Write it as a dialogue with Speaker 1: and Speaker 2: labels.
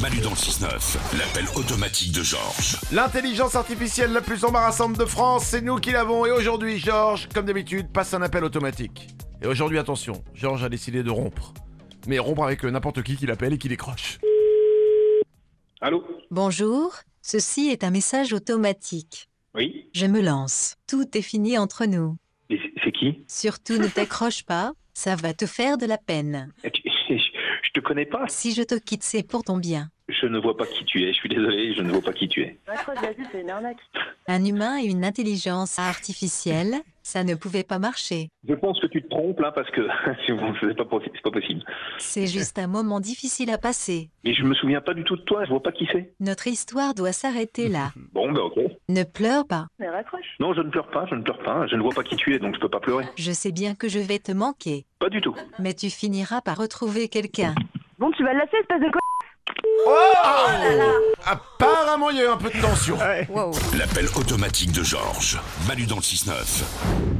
Speaker 1: Manu dans le 6-9, l'appel automatique de Georges.
Speaker 2: L'intelligence artificielle la plus embarrassante de France, c'est nous qui l'avons. Et aujourd'hui, Georges, comme d'habitude, passe un appel automatique. Et aujourd'hui, attention, Georges a décidé de rompre. Mais rompre avec euh, n'importe qui qui l'appelle et qui décroche.
Speaker 3: Allô
Speaker 4: Bonjour, ceci est un message automatique.
Speaker 3: Oui
Speaker 4: Je me lance. Tout est fini entre nous.
Speaker 3: Mais c'est- C'est qui
Speaker 4: Surtout ne t'accroche pas, ça va te faire de la peine.
Speaker 3: Eh, tu- Je te connais pas.
Speaker 4: Si je te quitte, c'est pour ton bien.
Speaker 3: Je ne vois pas qui tu es. Je suis désolé, je ne vois pas qui tu es.
Speaker 5: Accroche la jupe, c'est une arnaque.
Speaker 4: Un humain et une intelligence artificielle, ça ne pouvait pas marcher.
Speaker 3: Je pense que tu te trompes là parce que si vous- c'est pas, possi- c'est pas possible.
Speaker 4: C'est juste un moment difficile à passer.
Speaker 3: Mais je me souviens pas du tout de toi. Je vois pas qui c'est.
Speaker 4: Notre histoire doit s'arrêter là.
Speaker 3: Bon ben ok.
Speaker 4: Ne pleure pas.
Speaker 5: Mais raccroche.
Speaker 3: Non, je ne pleure pas. Je ne pleure pas. Je ne vois pas qui tu es, donc je peux pas pleurer.
Speaker 4: Je sais bien que je vais te manquer,
Speaker 3: Pas du tout.
Speaker 4: mais tu finiras par retrouver quelqu'un.
Speaker 5: Bon, tu vas le lasser, espèce de con.
Speaker 2: Apparemment, il y a eu un peu de tension.
Speaker 1: L'appel automatique de Georges. Manu dans le 6-9.